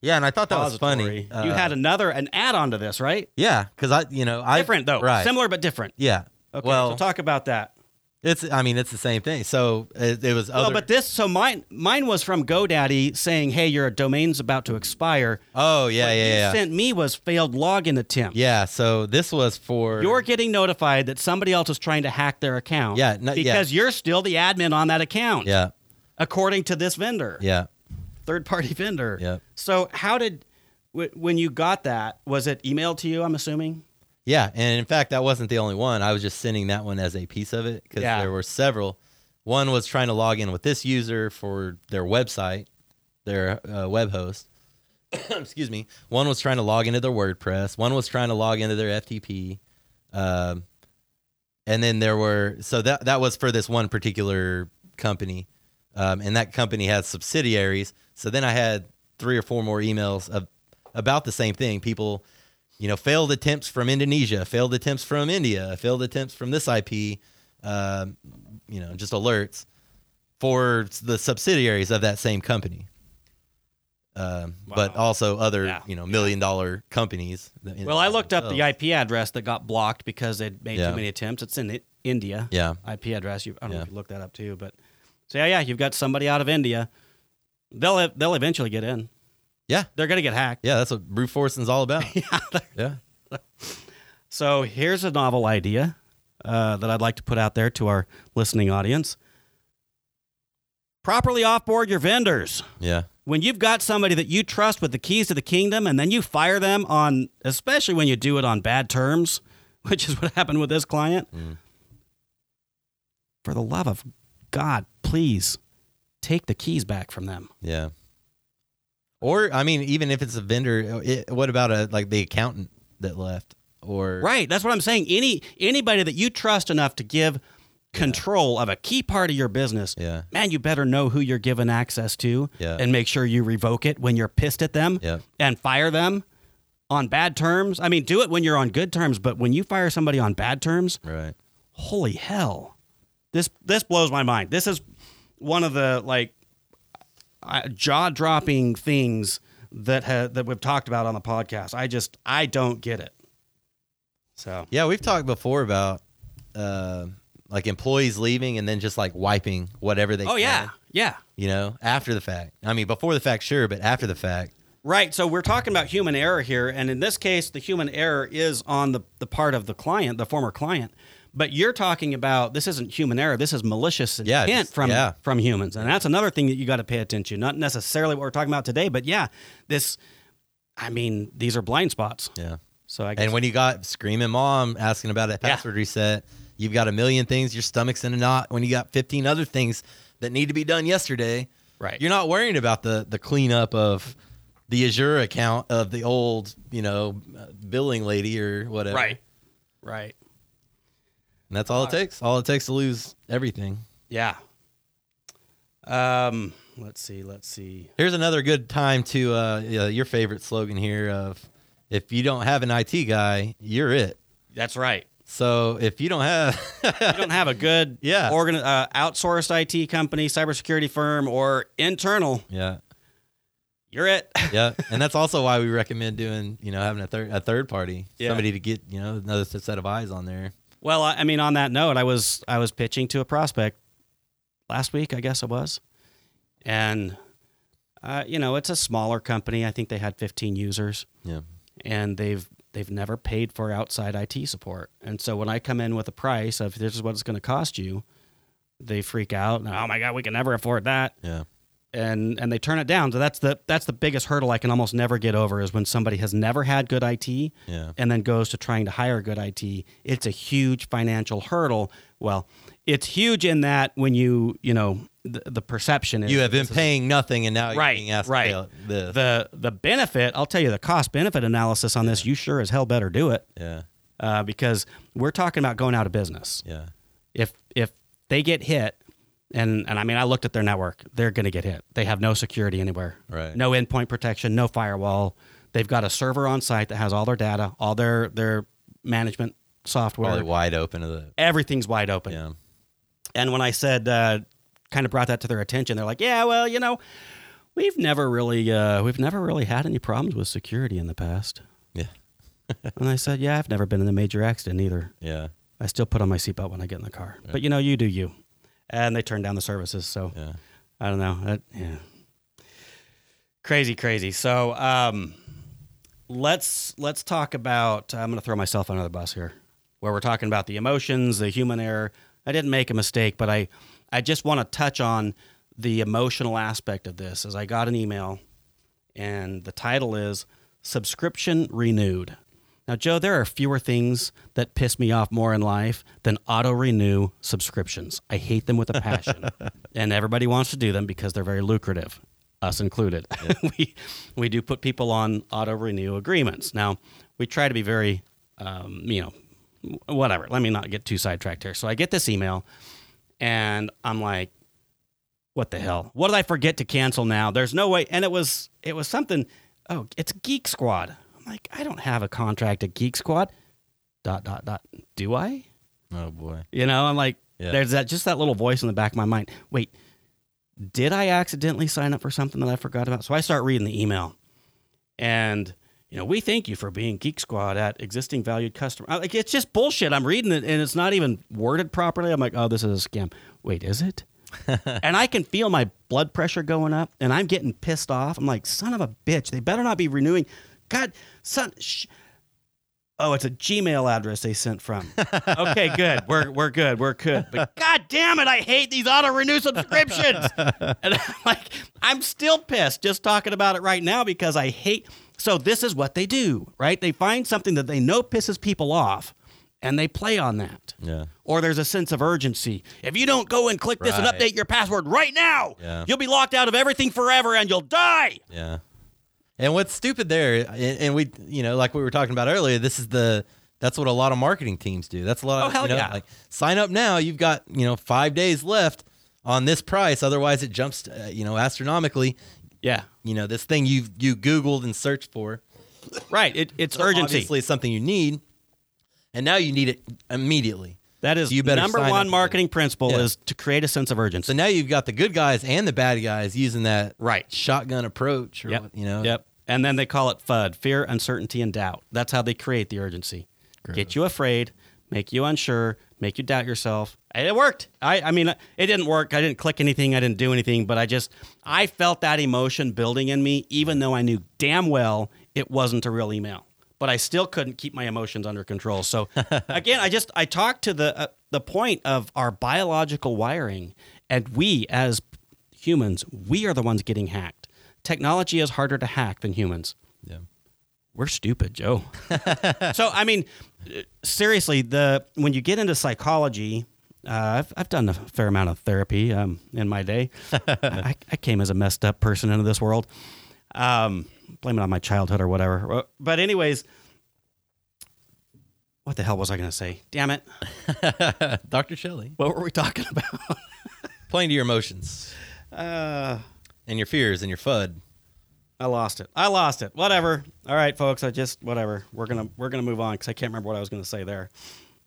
[SPEAKER 2] Yeah, and I thought that was funny. Uh,
[SPEAKER 1] repository, you had another an add on to this, right?
[SPEAKER 2] yeah, because I, you know, I
[SPEAKER 1] Different though,
[SPEAKER 2] right?
[SPEAKER 1] similar but different.
[SPEAKER 2] yeah.
[SPEAKER 1] Okay,
[SPEAKER 2] well,
[SPEAKER 1] so talk about that.
[SPEAKER 2] it's I mean it's the same thing. So it, it was
[SPEAKER 1] Well,
[SPEAKER 2] other.
[SPEAKER 1] but this so mine mine was from GoDaddy saying, "Hey, your domain's about to expire."
[SPEAKER 2] oh yeah,
[SPEAKER 1] you
[SPEAKER 2] yeah, yeah.
[SPEAKER 1] sent me was failed login attempt.
[SPEAKER 2] Yeah. So this was for
[SPEAKER 1] You're getting notified that somebody else is trying to hack their account.
[SPEAKER 2] Yeah, no- yeah.
[SPEAKER 1] because you're still the admin on that account.
[SPEAKER 2] yeah,
[SPEAKER 1] According to this vendor,
[SPEAKER 2] yeah.
[SPEAKER 1] third party vendor.
[SPEAKER 2] Yeah.
[SPEAKER 1] So how did wh- when you got that was it emailed to you? I'm assuming.
[SPEAKER 2] Yeah, and in fact, that wasn't the only one. I was just sending that one as a piece of it because
[SPEAKER 1] Yeah.
[SPEAKER 2] there were several. One was trying to log in with this user for their website, their uh, web host. Excuse me. One was trying to log into their WordPress. One was trying to log into their FTP. Um, and then there were so that that was for this one particular company, um, and that company has subsidiaries. So then I had three or four more emails of about the same thing. People, you know, failed attempts from Indonesia, failed attempts from India, failed attempts from this IP. Um, you know, just alerts for the subsidiaries of that same company. Um, But
[SPEAKER 1] Wow.
[SPEAKER 2] also other,
[SPEAKER 1] Yeah.
[SPEAKER 2] you know, million dollar companies.
[SPEAKER 1] Well, I looked up the
[SPEAKER 2] IP.
[SPEAKER 1] IP address that got blocked because they'd made
[SPEAKER 2] Oh. Yeah.
[SPEAKER 1] too many attempts. It's in I- India.
[SPEAKER 2] Yeah.
[SPEAKER 1] IP address. You, I don't know
[SPEAKER 2] Yeah.
[SPEAKER 1] if you looked that up too, but so yeah, yeah, you've got somebody out of India. They'll they'll eventually get in.
[SPEAKER 2] Yeah.
[SPEAKER 1] They're gonna get hacked.
[SPEAKER 2] Yeah, that's what brute forcing's all about. yeah.
[SPEAKER 1] So here's a novel idea uh, that I'd like to put out there to our listening audience. Properly offboard your vendors.
[SPEAKER 2] Yeah.
[SPEAKER 1] When you've got somebody that you trust with the keys to the kingdom and then you fire them on, especially when you do it on bad terms, which is what happened with this client,
[SPEAKER 2] Mm.
[SPEAKER 1] for the love of God, please take the keys back from them.
[SPEAKER 2] Yeah. Or I mean, even if it's a vendor, it, what about a like the accountant that left? Or
[SPEAKER 1] Right. That's what I'm saying. Any anybody that you trust enough to give control of a key part of your business,
[SPEAKER 2] Yeah.
[SPEAKER 1] man, you better know who you're given access to
[SPEAKER 2] Yeah.
[SPEAKER 1] and make sure you revoke it when you're pissed at them
[SPEAKER 2] Yeah.
[SPEAKER 1] and fire them on bad terms. I mean, do it when you're on good terms, but when you fire somebody on bad terms,
[SPEAKER 2] Right.
[SPEAKER 1] holy hell. This this blows my mind. This is one of the like uh, jaw-dropping things that ha- that we've talked about on the podcast. I just I don't get it. So
[SPEAKER 2] Yeah, we've talked before about uh, like employees leaving and then just like wiping whatever they.
[SPEAKER 1] oh yeah
[SPEAKER 2] can,
[SPEAKER 1] yeah
[SPEAKER 2] you know after the fact. I mean, before the fact, sure, but after the fact,
[SPEAKER 1] right. So we're talking about human error here, and in this case, the human error is on the the part of the client, the former client. But you're talking about this isn't human error. This is malicious
[SPEAKER 2] Yeah,
[SPEAKER 1] intent
[SPEAKER 2] just-
[SPEAKER 1] from
[SPEAKER 2] yeah.
[SPEAKER 1] from humans, and that's another thing that you got to pay attention. Not necessarily what we're talking about today, but yeah, this. I mean, these are blind spots.
[SPEAKER 2] yeah.
[SPEAKER 1] So I guess
[SPEAKER 2] And when you got screaming mom asking about a
[SPEAKER 1] Yeah.
[SPEAKER 2] password reset, you've got a million things. Your stomach's in a knot when you got 15 other things that need to be done yesterday.
[SPEAKER 1] Right.
[SPEAKER 2] You're not worrying about the the cleanup of the Azure account of the old, you know, uh, billing lady or whatever.
[SPEAKER 1] right, right,
[SPEAKER 2] And that's all it takes. All it takes to lose everything.
[SPEAKER 1] yeah. Um, let's see, let's see.
[SPEAKER 2] Here's another good time to uh, yeah, your favorite slogan here of if you don't have an IT guy, you're it.
[SPEAKER 1] That's right.
[SPEAKER 2] So if you don't have
[SPEAKER 1] you don't have a good
[SPEAKER 2] Yeah.
[SPEAKER 1] organ, uh, outsourced IT company, cybersecurity firm, or internal,
[SPEAKER 2] Yeah.
[SPEAKER 1] you're it.
[SPEAKER 2] yeah, and that's also why we recommend doing, you know, having a third a third party,
[SPEAKER 1] Yeah.
[SPEAKER 2] somebody to get, you know, another s- set of eyes on there.
[SPEAKER 1] well, I, I mean, on that note, I was I was pitching to a prospect last week, I guess it was, and uh, you know, it's a smaller company. I think they had 15 users,
[SPEAKER 2] Yeah,
[SPEAKER 1] and they've they've never paid for outside IT support. And so when I come in with a price of this is what it's going to cost you, they freak out. And, oh my god, we can never afford that.
[SPEAKER 2] yeah,
[SPEAKER 1] and and they turn it down. So that's the that's the biggest hurdle I can almost never get over is when somebody has never had good IT
[SPEAKER 2] yeah,
[SPEAKER 1] and then goes to trying to hire good IT. It's a huge financial hurdle. Well, it's huge in that when you you know the, the perception is
[SPEAKER 2] You have been paying nothing, and now you're
[SPEAKER 1] Right,
[SPEAKER 2] being asked
[SPEAKER 1] right.
[SPEAKER 2] to pay this.
[SPEAKER 1] the the benefit. I'll tell you the cost benefit analysis on this. You sure as hell better do it
[SPEAKER 2] yeah,
[SPEAKER 1] uh, because we're talking about going out of business.
[SPEAKER 2] yeah,
[SPEAKER 1] if if they get hit and and I mean I looked at their network, they're going to get hit. They have no security anywhere.
[SPEAKER 2] Right.
[SPEAKER 1] No endpoint protection, no firewall. They've got a server on site that has all their data, all their their management
[SPEAKER 2] probably
[SPEAKER 1] software.
[SPEAKER 2] wide open to the
[SPEAKER 1] Everything's wide open.
[SPEAKER 2] yeah,
[SPEAKER 1] And when I said uh, kind of brought that to their attention, they're like, "Yeah, well, you know, we've never really uh, we've never really had any problems with security in the past."
[SPEAKER 2] yeah,
[SPEAKER 1] And I said, "Yeah, I've never been in a major accident either."
[SPEAKER 2] yeah,
[SPEAKER 1] I still put on my seatbelt when I get in the car. But you know, you do you. And they turned down the services. So
[SPEAKER 2] yeah.
[SPEAKER 1] I don't know. That- yeah. Crazy, crazy. So um, let's let's talk about. I'm going to throw myself under the bus here, where we're talking about the emotions, the human error. I didn't make a mistake, but I I just want to touch on the emotional aspect of this. As I got an email, and the title is subscription renewed. Now, Joe, there are fewer things that piss me off more in life than auto renew subscriptions. I hate them with a passion, and everybody wants to do them because they're very lucrative, us included. we we do put people on auto renew agreements. Now, we try to be very, um, you know, whatever. Let me not get too sidetracked here. So I get this email, and I'm like, what the hell? What did I forget to cancel now? There's no way. And it was it was something. Oh, it's Geek Squad. I'm like, I don't have a contract at Geek Squad. Dot dot dot. Do I?
[SPEAKER 2] Oh boy,
[SPEAKER 1] You know, I'm like,
[SPEAKER 2] Yeah.
[SPEAKER 1] there's that just that little voice in the back of my mind. Wait, did I accidentally sign up for something that I forgot about? So I start reading the email, and you know, we thank you for being Geek Squad at existing valued customer. I'm Like it's just bullshit. I'm reading it and it's not even worded properly. I'm like, oh, this is a scam. Wait, is it? and I can feel my blood pressure going up, and I'm getting pissed off. I'm like, son of a bitch, they better not be renewing. God, son. Sh- Oh, it's a Gmail address they sent from. Okay, good. We're we're good. We're good. But god damn it, I hate these auto renew subscriptions. and I'm like, I'm still pissed just talking about it right now because I hate so this is what they do, right? They find something that they know pisses people off and they play on that.
[SPEAKER 2] yeah,
[SPEAKER 1] Or there's a sense of urgency. If you don't go and click this and
[SPEAKER 2] Right.
[SPEAKER 1] update your password right now,
[SPEAKER 2] Yeah.
[SPEAKER 1] you'll be locked out of everything forever and you'll die.
[SPEAKER 2] yeah. And what's stupid there, and, and we, you know, like we were talking about earlier, this is the that's what a lot of marketing teams do. That's a lot.
[SPEAKER 1] Oh, hell
[SPEAKER 2] you know,
[SPEAKER 1] yeah.
[SPEAKER 2] Like sign up now. You've got you know five days left on this price. Otherwise, it jumps uh, you know astronomically.
[SPEAKER 1] Yeah.
[SPEAKER 2] you know this thing you you googled and searched for
[SPEAKER 1] Right. It, it's urgency.
[SPEAKER 2] obviously it's something you need and now you need it immediately
[SPEAKER 1] That is
[SPEAKER 2] You better
[SPEAKER 1] number
[SPEAKER 2] sign up
[SPEAKER 1] one
[SPEAKER 2] for it.
[SPEAKER 1] marketing principle
[SPEAKER 2] Yeah.
[SPEAKER 1] is to create a sense of urgency.
[SPEAKER 2] So now you've got the good guys and the bad guys using that
[SPEAKER 1] Right.
[SPEAKER 2] shotgun approach. Or
[SPEAKER 1] Yep.
[SPEAKER 2] what, you know.
[SPEAKER 1] Yep. And then they call it FUD, fear, uncertainty, and doubt. That's how they create the urgency. Get you afraid, make you unsure, make you doubt yourself. And it worked. I, I mean, it didn't work. I didn't click anything. I didn't do anything. But I just, I felt that emotion building in me, even though I knew damn well it wasn't a real email. But I still couldn't keep my emotions under control. So again, I just, I talked to the uh, the point of our biological wiring, and we as humans, we are the ones getting hacked. Technology is harder to hack than humans.
[SPEAKER 2] Yeah.
[SPEAKER 1] We're stupid, Joe. so I mean, uh, seriously, the when you get into psychology, uh, I've I've done a fair amount of therapy um, in my day. I, I came as a messed up person into this world. Um, blame it on my childhood or whatever. But anyways, what the hell was I going to say? Damn it!
[SPEAKER 2] Dr. Shelley,
[SPEAKER 1] What were we talking about?
[SPEAKER 2] playing to your emotions
[SPEAKER 1] Uh,
[SPEAKER 2] and your fears and your FUD.
[SPEAKER 1] I lost it. I lost it. Whatever. All right, folks. I just whatever. We're gonna we're gonna move on because I can't remember what I was gonna say there.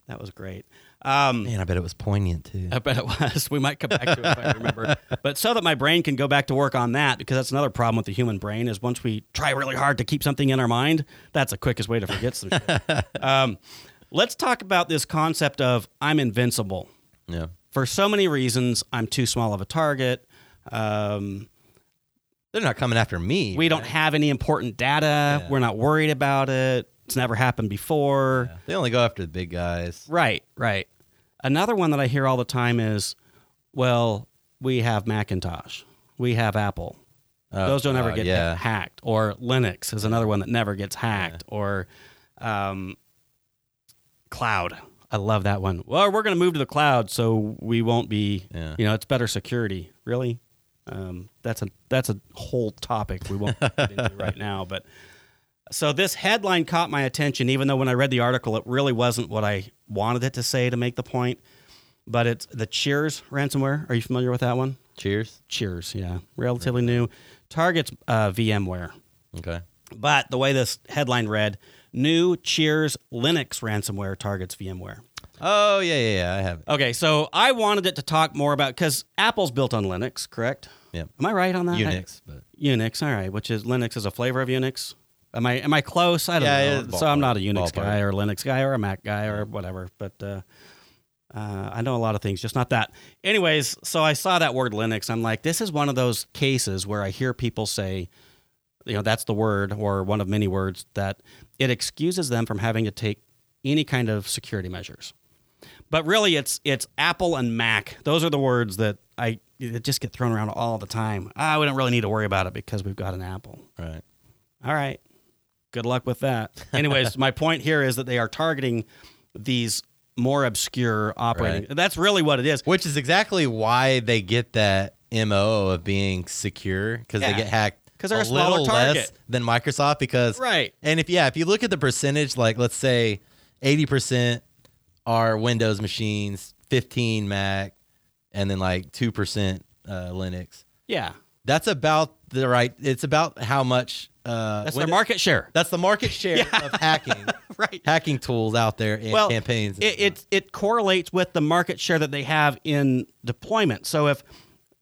[SPEAKER 1] That was great. Um,
[SPEAKER 2] Man, I bet it was poignant too.
[SPEAKER 1] I bet it was. We might come back to it if I remember. But so that my brain can go back to work on that, because that's another problem with the human brain is once we try really hard to keep something in our mind, that's the quickest way to forget some shit. Um, let's talk about this concept of I'm invincible
[SPEAKER 2] Yeah.
[SPEAKER 1] for so many reasons. I'm too small of a target. Um,
[SPEAKER 2] They're not coming after me.
[SPEAKER 1] we don't have any important data.
[SPEAKER 2] Yeah.
[SPEAKER 1] We're not worried about it. It's never happened before.
[SPEAKER 2] Yeah. They only go after the big guys.
[SPEAKER 1] Right, right. Another one that I hear all the time is, well, we have Macintosh, we have Apple.
[SPEAKER 2] Oh,
[SPEAKER 1] Those don't ever
[SPEAKER 2] God,
[SPEAKER 1] get
[SPEAKER 2] yeah.
[SPEAKER 1] hacked. Or Linux is another one that never gets hacked. Or um, cloud. I love that one. Well, we're going to move to the cloud, so we won't be.
[SPEAKER 2] Yeah.
[SPEAKER 1] You know, it's better security. Really, um, that's a that's a whole topic we won't get into right now. But so this headline caught my attention, even though when I read the article, it really wasn't what I wanted it to say to make the point. But it's the Cheers ransomware. Are you familiar with that one?
[SPEAKER 2] Cheers.
[SPEAKER 1] Cheers, yeah, relatively new. Targets uh, VMware.
[SPEAKER 2] Okay.
[SPEAKER 1] But the way this headline read, new Cheers Linux ransomware targets VMware.
[SPEAKER 2] Oh yeah, yeah, yeah. I have it.
[SPEAKER 1] Okay, so I wanted it to talk more about because Apple's built on Linux, correct?
[SPEAKER 2] Yep.
[SPEAKER 1] Am I right on that?
[SPEAKER 2] Unix, but
[SPEAKER 1] I- Unix. All right, which is Linux is a flavor of Unix. Am I am I close? I don't
[SPEAKER 2] Yeah,
[SPEAKER 1] know.
[SPEAKER 2] yeah,
[SPEAKER 1] so I'm not a
[SPEAKER 2] ballpark,
[SPEAKER 1] Unix
[SPEAKER 2] ballpark.
[SPEAKER 1] guy or a Linux guy or a Mac guy or whatever, but uh, uh, I know a lot of things, just not that. Anyways, so I saw that word Linux. I'm like, this is one of those cases where I hear people say, you know, that's the word or one of many words that it excuses them from having to take any kind of security measures. But really, it's it's Apple and Mac. Those are the words that I that just get thrown around all the time. Ah, we don't really need to worry about it because we've got an Apple.
[SPEAKER 2] right.
[SPEAKER 1] All right. Good luck with that. Anyways, my point here is that they are targeting these more obscure operating. That's really what it is.
[SPEAKER 2] Which is exactly why they get that MO of being secure because
[SPEAKER 1] Yeah.
[SPEAKER 2] they get hacked
[SPEAKER 1] 'Cause they're a smaller
[SPEAKER 2] little less
[SPEAKER 1] target.
[SPEAKER 2] than Microsoft because
[SPEAKER 1] Right.
[SPEAKER 2] And if yeah, if you look at the percentage, like let's say eighty percent are Windows machines, fifteen Mac, and then like two percent uh, Linux.
[SPEAKER 1] Yeah.
[SPEAKER 2] That's about the right. It's about how much. Uh,
[SPEAKER 1] That's
[SPEAKER 2] Windows-
[SPEAKER 1] their market share.
[SPEAKER 2] That's the market share of hacking,
[SPEAKER 1] Right.
[SPEAKER 2] hacking tools out there and
[SPEAKER 1] well,
[SPEAKER 2] campaigns. and
[SPEAKER 1] It, it it correlates with the market share that they have in deployment. So if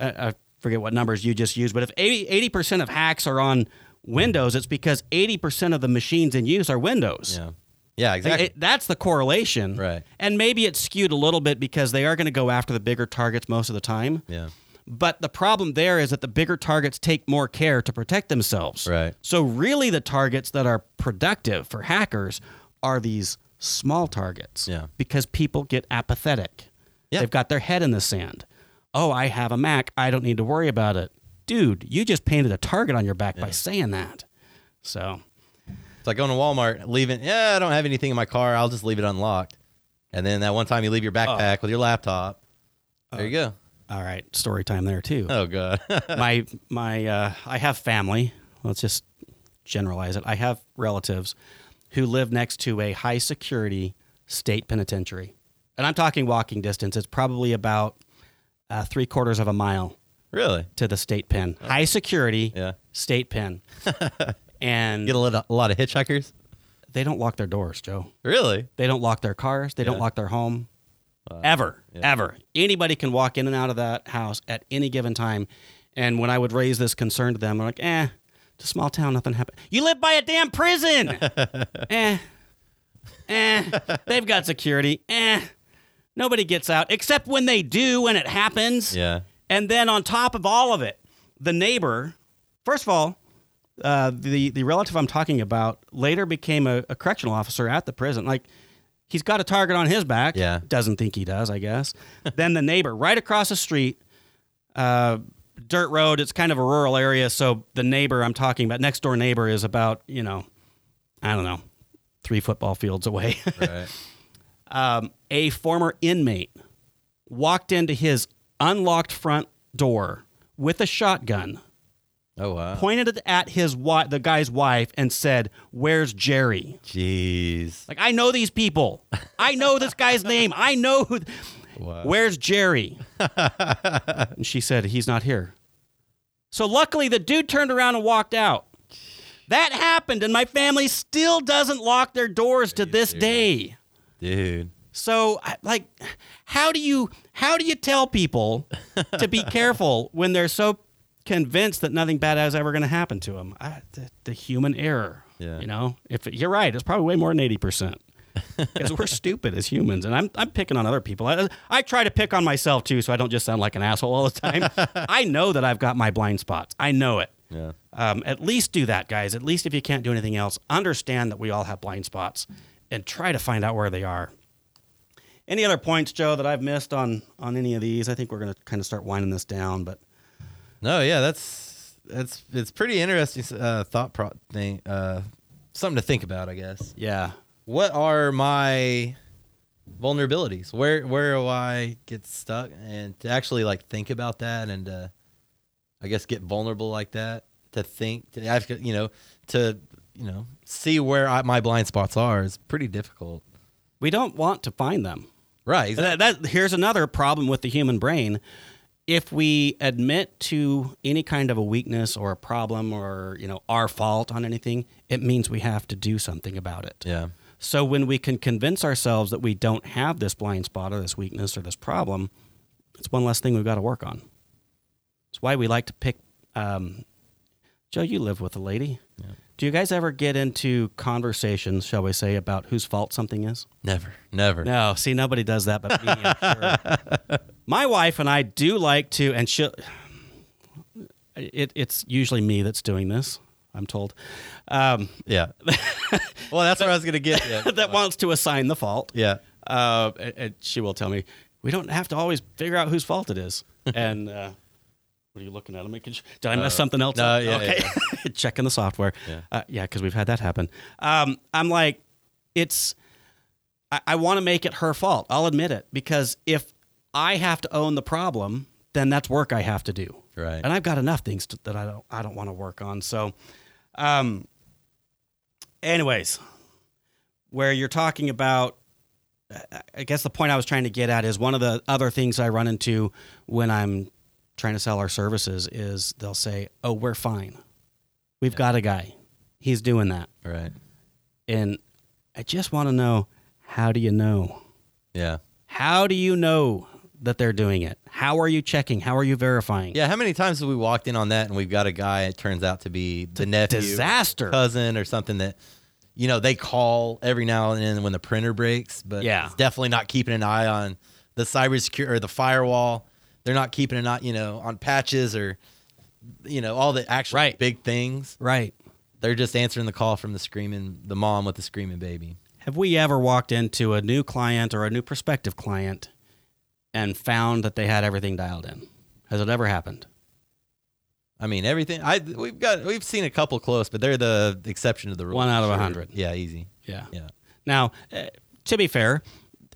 [SPEAKER 1] uh, I forget what numbers you just used, but if 80 percent of hacks are on Windows, it's because eighty percent of the machines in use are Windows.
[SPEAKER 2] whatnot. yeah, yeah,
[SPEAKER 1] Like,
[SPEAKER 2] exactly.
[SPEAKER 1] it- that's the correlation,
[SPEAKER 2] Right.
[SPEAKER 1] And maybe it's skewed a little bit because they are going to go after the bigger targets most of the time.
[SPEAKER 2] yeah,
[SPEAKER 1] But the problem there is that the bigger targets take more care to protect themselves.
[SPEAKER 2] Right.
[SPEAKER 1] So really, the targets that are productive for hackers are these small targets.
[SPEAKER 2] Yeah.
[SPEAKER 1] Because people get apathetic.
[SPEAKER 2] Yeah.
[SPEAKER 1] They've got their head in the sand. Oh, I have a Mac. I don't need to worry about it. Dude, you just painted a target on your back by saying that. So
[SPEAKER 2] it's like going to Walmart, leaving. Yeah, I don't have anything in my car. I'll just leave it unlocked. And then that one time you leave
[SPEAKER 1] Oh.
[SPEAKER 2] your backpack with your laptop. There you go.
[SPEAKER 1] all right, story time there too.
[SPEAKER 2] Oh god.
[SPEAKER 1] my my uh, I have family. Let's just generalize it. I have relatives who live next to a high security state penitentiary, and I'm talking walking distance. It's probably about uh, three quarters of a mile
[SPEAKER 2] really?
[SPEAKER 1] to the state pen. High security
[SPEAKER 2] Oh. Yeah.
[SPEAKER 1] state pen, and
[SPEAKER 2] Get a lot, a lot of hitchhikers.
[SPEAKER 1] they don't lock their doors, Joe.
[SPEAKER 2] Really?
[SPEAKER 1] They don't lock their cars. They don't
[SPEAKER 2] Yeah.
[SPEAKER 1] lock their home.
[SPEAKER 2] Wow.
[SPEAKER 1] ever,
[SPEAKER 2] Yeah.
[SPEAKER 1] ever. Anybody can walk in and out of that house at any given time. And when I would raise this concern to them, I'm like, eh, it's a small town, nothing happened. You live by a damn prison. eh, eh. They've got security. Eh. Nobody gets out except when they do and it happens.
[SPEAKER 2] Yeah.
[SPEAKER 1] And then on top of all of it, the neighbor, first of all, uh, the the relative I'm talking about later became a, a correctional officer at the prison. Like he's got a target on his back.
[SPEAKER 2] Yeah.
[SPEAKER 1] doesn't think he does, I guess. then the neighbor right across the street, uh, dirt road. It's kind of a rural area, so the neighbor I'm talking about, next door neighbor, is about you know, I don't know, three football fields away.
[SPEAKER 2] Right.
[SPEAKER 1] um, a former inmate walked into his unlocked front door with a shotgun,
[SPEAKER 2] Oh wow.
[SPEAKER 1] pointed it at his wi- the guy's wife, and said, "Where's Jerry?"
[SPEAKER 2] Jeez.
[SPEAKER 1] Like I know these people. I know this guy's name. I know who.
[SPEAKER 2] Wow.
[SPEAKER 1] Where's Jerry? and she said, He's not here. So luckily, the dude turned around and walked out. That happened, and my family still doesn't lock their doors to this day.
[SPEAKER 2] Dude.
[SPEAKER 1] So I- like how do you how do you tell people to be careful when they're so convinced that nothing bad is ever going to happen to them? I, the, the human error.
[SPEAKER 2] Yeah.
[SPEAKER 1] You know, if you're right, it's probably way more than 80%. Because we're stupid as humans, and I'm, I'm picking on other people. I, I try to pick on myself too, so I don't just sound like an asshole all the time. I know that I've got my blind spots. I know it.
[SPEAKER 2] Yeah.
[SPEAKER 1] Um, at least do that, guys. At least if you can't do anything else, understand that we all have blind spots and try to find out where they are. Any other points, Joe, that I've missed on on any of these? I think we're going to kind of start winding this down, but
[SPEAKER 2] No, yeah, that's that's it's pretty interesting uh, thought pro- thing. Uh, something to think about, I guess.
[SPEAKER 1] yeah,
[SPEAKER 2] What are my vulnerabilities? Where where do I get stuck? And to actually like think about that, and uh, I guess get vulnerable like that. To think, to ask, you know, to you know, see where I, my blind spots are is pretty difficult.
[SPEAKER 1] we don't want to find them.
[SPEAKER 2] Right. Exactly.
[SPEAKER 1] That, that here's another problem with the human brain. If we admit to any kind of a weakness or a problem or you know our fault on anything, it means we have to do something about it.
[SPEAKER 2] Yeah.
[SPEAKER 1] So when we can convince ourselves that we don't have this blind spot or this weakness or this problem, it's one less thing we've got to work on. It's why we like to pick. Um, Joe, you live with a lady.
[SPEAKER 2] Yeah.
[SPEAKER 1] Do you guys ever get into conversations, shall we say, about whose fault something is?
[SPEAKER 2] Never. Never.
[SPEAKER 1] No, see, nobody does that but me. I'm sure. My wife and I do like to, and she, it, it's usually me that's doing this. I'm told um,
[SPEAKER 2] Yeah. well, that's where I was gonna get. Yeah.
[SPEAKER 1] that wants to assign the fault.
[SPEAKER 2] yeah.
[SPEAKER 1] uh, and, and she will tell me we don't have to always figure out whose fault it is. and uh, what are you looking at? I'm making sure. Did I mess something else
[SPEAKER 2] Uh, no,
[SPEAKER 1] up?
[SPEAKER 2] yeah,
[SPEAKER 1] okay, checking the software.
[SPEAKER 2] Yeah.
[SPEAKER 1] uh, yeah, because we've had that happen. Um, I'm like, it's. I, I want to make it her fault. I'll admit it because if I have to own the problem, then that's work I have to do
[SPEAKER 2] Right.
[SPEAKER 1] and I've got enough things to, that I don't I don't want to work on. So, um, anyways, where you're talking about, I- I guess the point I was trying to get at is one of the other things I run into when I'm trying to sell our services is they'll say, "Oh, we're fine, we've got a guy, he's doing that,"
[SPEAKER 2] Right.
[SPEAKER 1] and I just want to know how do you know?
[SPEAKER 2] Yeah.
[SPEAKER 1] How do you know that they're doing it? How are you checking? How are you verifying?
[SPEAKER 2] Yeah. How many times have we walked in on that and we've got a guy, it turns out to be the nephew,
[SPEAKER 1] Disaster.
[SPEAKER 2] cousin, or something that, you know, they call every now and then when the printer breaks, but
[SPEAKER 1] Yeah.
[SPEAKER 2] it's definitely not keeping an eye on the cybersecurity or the firewall. They're not keeping an eye, you know, on patches or, you know, all the actual
[SPEAKER 1] Right.
[SPEAKER 2] big things.
[SPEAKER 1] Right.
[SPEAKER 2] They're just answering the call from the screaming, the mom with the screaming baby.
[SPEAKER 1] Have we ever walked into a new client or a new prospective client and found that they had everything dialed in? Has it ever happened?
[SPEAKER 2] I mean, everything. I we've got we've seen a couple close, but they're the exception to the rule.
[SPEAKER 1] One out of a
[SPEAKER 2] Sure.
[SPEAKER 1] hundred.
[SPEAKER 2] Yeah, easy.
[SPEAKER 1] Yeah.
[SPEAKER 2] Yeah.
[SPEAKER 1] Now, uh, to be fair,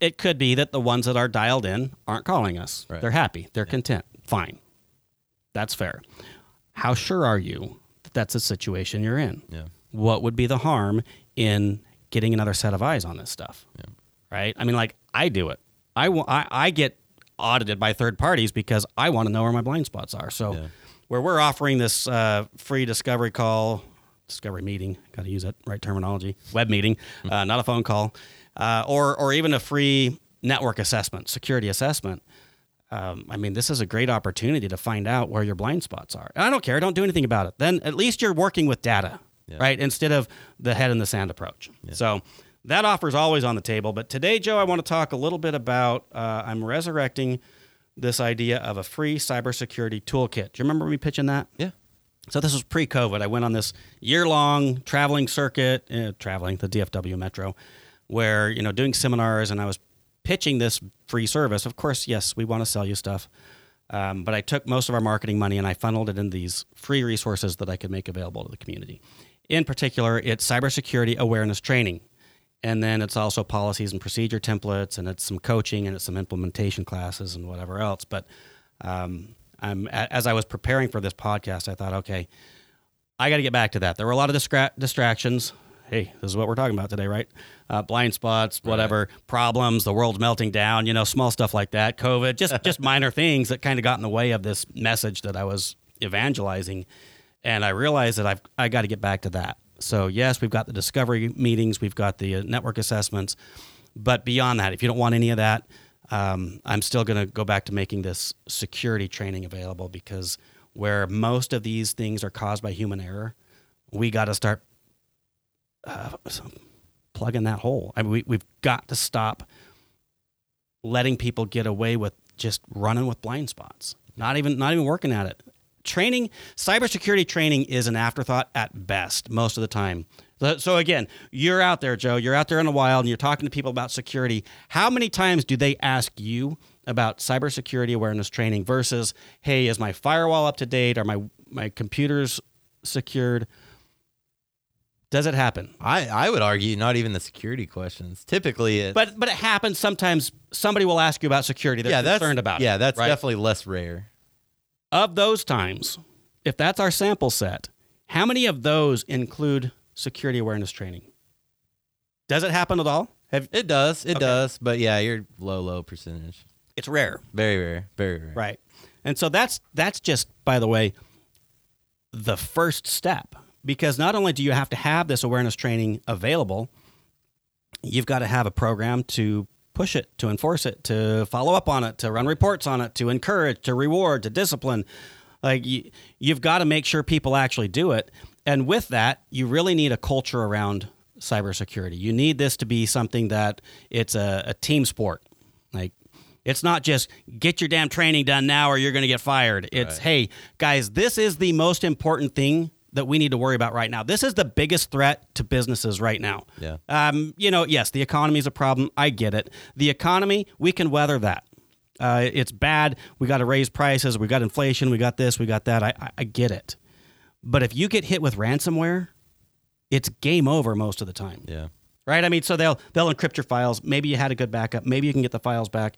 [SPEAKER 1] it could be that the ones that are dialed in aren't calling us.
[SPEAKER 2] Right.
[SPEAKER 1] They're happy. They're content. Fine. That's fair. How sure are you that that's the situation you're in?
[SPEAKER 2] Yeah.
[SPEAKER 1] What would be the harm in getting another set of eyes on this stuff? Right? I mean, like, I do it. I wa- I- I get audited by third parties because I want to know where my blind spots are. So,
[SPEAKER 2] Yeah.
[SPEAKER 1] where we're offering this uh, free discovery call, discovery meeting, got to use that right terminology, web meeting, uh, not a phone call, uh, or or even a free network assessment, security assessment. Um, I mean, this is a great opportunity to find out where your blind spots are. And I don't care. Don't do anything about it. Then at least you're working with data,
[SPEAKER 2] Yeah.
[SPEAKER 1] right? Instead of the head in the sand approach. So that offer is always on the table. But today, Joe, I want to talk a little bit about uh, I'm resurrecting this idea of a free cybersecurity toolkit. Do you remember me pitching that?
[SPEAKER 2] Yeah.
[SPEAKER 1] So this was pre-COVID. I went on this year-long traveling circuit, eh, traveling the DFW Metro, where you know doing seminars, and I was pitching this free service. Of course, yes, we want to sell you stuff, um, but I took most of our marketing money and I funneled it in these free resources that I could make available to the community. In particular, it's cybersecurity awareness training, and then it's also policies and procedure templates, and it's some coaching and it's some implementation classes and whatever else. But um, I'm a- as I was preparing for this podcast, I thought, okay, I got to get back to that. There were a lot of distra- distractions. Hey, this is what we're talking about today, right? Uh, blind spots, whatever problems, the world's melting down, you know, small stuff like that, COVID, just just minor things that kind of got in the way of this message that I was evangelizing. And I realized that I've I got to get back to that. So yes, we've got the discovery meetings, we've got the uh, network assessments, but beyond that, if you don't want any of that, um, I'm still going to go back to making this security training available because where most of these things are caused by human error, we got to start uh, so- plugging that hole. I mean, we, we've got to stop letting people get away with just running with blind spots, not even not even working at it. Training, cybersecurity training is an afterthought at best most of the time. So- So again, you're out there, Joe. You're out there in the wild, and you're talking to people about security. How many times do they ask you about cybersecurity awareness training versus, "Hey, is my firewall up to date? Are my my computers secured?" Does it happen?
[SPEAKER 2] I, I would argue not even the security questions. Typically, it,
[SPEAKER 1] But but it happens sometimes. Somebody will ask you about security. They're
[SPEAKER 2] yeah, that's
[SPEAKER 1] concerned about it.
[SPEAKER 2] yeah, that's
[SPEAKER 1] right?
[SPEAKER 2] definitely less rare.
[SPEAKER 1] of those times. If that's our sample set, how many of those include security awareness training? Does it happen at all? Have,
[SPEAKER 2] It does, it
[SPEAKER 1] Okay.
[SPEAKER 2] does, but yeah, you're low, low percentage.
[SPEAKER 1] it's rare,
[SPEAKER 2] Very rare, very rare.
[SPEAKER 1] right? And so that's that's just by the way, the first step because not only do you have to have this awareness training available, you've got to have a program to push it, to enforce it, to follow up on it, to run reports on it, to encourage, to reward, to discipline. Like you, you've got to make sure people actually do it. And with that, you really need a culture around cybersecurity. You need this to be something that it's a, a team sport. Like it's not just get your damn training done now or you're going to get fired. It's hey, guys, this is the most important thing that we need to worry about right now. This is the biggest threat to businesses right now.
[SPEAKER 2] Yeah.
[SPEAKER 1] Um, you know, yes, the economy is a problem. I get it. The economy, we can weather that. Uh, it's bad. We got to raise prices. We got inflation. We got this. We got that. I, I, I get it. But if you get hit with ransomware, it's game over most of the time
[SPEAKER 2] Yeah.
[SPEAKER 1] right? I mean, so they'll they'll encrypt your files. Maybe you had a good backup. Maybe you can get the files back,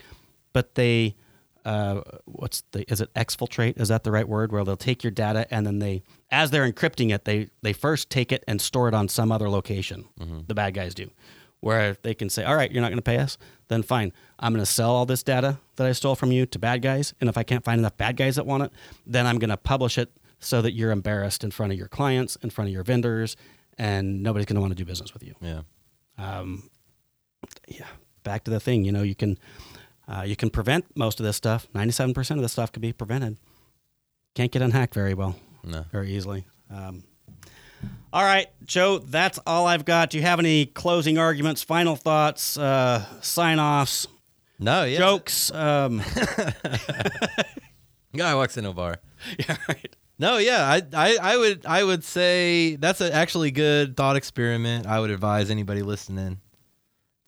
[SPEAKER 1] but they, uh, what's the is it exfiltrate? Is that the right word? Where they'll take your data and then they, as they're encrypting it, they they first take it and store it on some other location. The bad guys do, where they can say, all right, you're not going to pay us, then fine, I'm going to sell all this data that I stole from you to bad guys, and if I can't find enough bad guys that want it, then I'm going to publish it. So that you're embarrassed in front of your clients, in front of your vendors, and nobody's going to want to do business with you
[SPEAKER 2] Yeah.
[SPEAKER 1] um, yeah, back to the thing. You know, you can uh, you can prevent most of this stuff. Ninety-seven percent of this stuff can be prevented. Can't get unhacked very well,
[SPEAKER 2] No.
[SPEAKER 1] very easily. Um, all right, Joe, that's all I've got. Do you have any closing arguments, final thoughts, uh, sign-offs,
[SPEAKER 2] No, yeah.
[SPEAKER 1] jokes? Um,
[SPEAKER 2] Guy walks into a bar.
[SPEAKER 1] yeah, right.
[SPEAKER 2] No, yeah, I, I, I would, I would say that's an actually good thought experiment. I would advise anybody listening,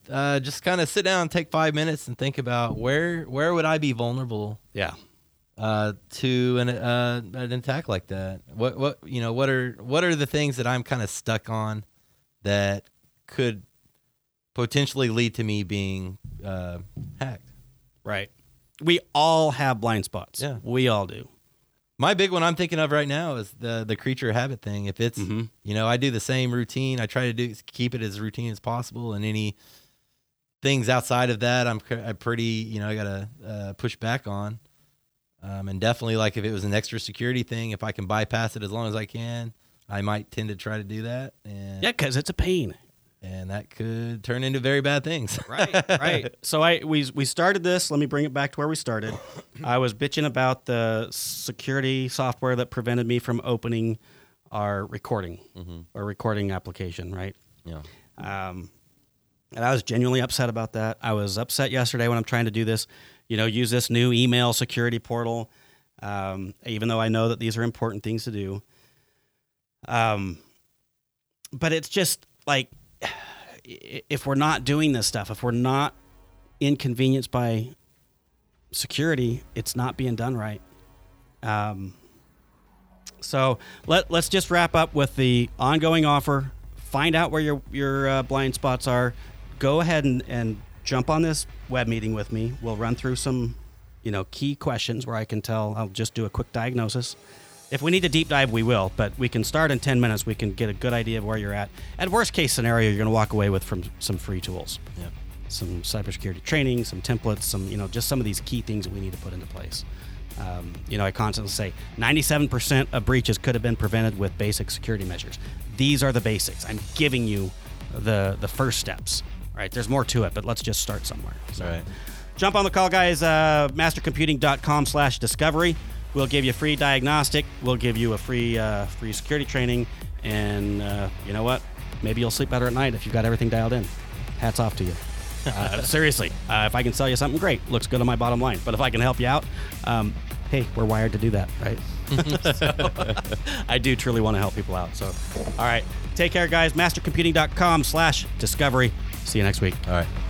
[SPEAKER 2] uh, just kind of sit down, take five minutes, and think about where, where would I be vulnerable
[SPEAKER 1] yeah,
[SPEAKER 2] uh, to an, uh, an attack like that? What, what, you know, what are, what are the things that I'm kind of stuck on that could potentially lead to me being uh, hacked?
[SPEAKER 1] right. We all have blind spots.
[SPEAKER 2] Yeah.
[SPEAKER 1] we all do.
[SPEAKER 2] My big one I'm thinking of right now is the the creature habit thing. If it's you know, I do the same routine. I try to do keep it as routine as possible, and any things outside of that, I'm, cr- I pretty you know I gotta uh, push back on. Um, and definitely, like if it was an extra security thing, if I can bypass it as long as I can, I might tend to try to do that. And
[SPEAKER 1] Yeah, because it's a pain.
[SPEAKER 2] and that could turn into very bad things.
[SPEAKER 1] right right so i we we started this let me bring it back to where we started i was bitching about the security software that prevented me from opening our recording our recording application right
[SPEAKER 2] yeah.
[SPEAKER 1] um, and i was genuinely upset about that i was upset yesterday when i'm trying to do this you know use this new email security portal um, even though i know that these are important things to do um, but it's just like i- if we're not doing this stuff, if we're not inconvenienced by security, it's not being done right. Um, so let let's just wrap up with the ongoing offer. Find out where your your uh, blind spots are. Go ahead and, and jump on this web meeting with me. We'll run through some, you know, key questions where I can tell. I'll just do a quick diagnosis. If we need to deep dive, we will. But we can start in ten minutes. We can get a good idea of where you're at. At worst case scenario, you're going to walk away with from some free tools
[SPEAKER 2] Yeah.
[SPEAKER 1] some cybersecurity training, some templates, some you know just some of these key things that we need to put into place. Um, you know, I constantly say 97% of breaches could have been prevented with basic security measures. These are the basics. I'm giving you the the first steps. All right, there's more to it, but let's just start somewhere. So
[SPEAKER 2] All right.
[SPEAKER 1] jump on the call guys uh, mastercomputing.com slash discovery we'll give you a free diagnostic we'll give you a free uh, free security training and uh, you know what maybe you'll sleep better at night if you've got everything dialed in hats off to you uh, seriously uh, if i can sell you something great looks good on my bottom line but if i can help you out um, hey we're wired to do that right I do truly want to help people out. So, all right. Take care, guys. Mastercomputing.com slash discovery. See you next week.
[SPEAKER 2] All right.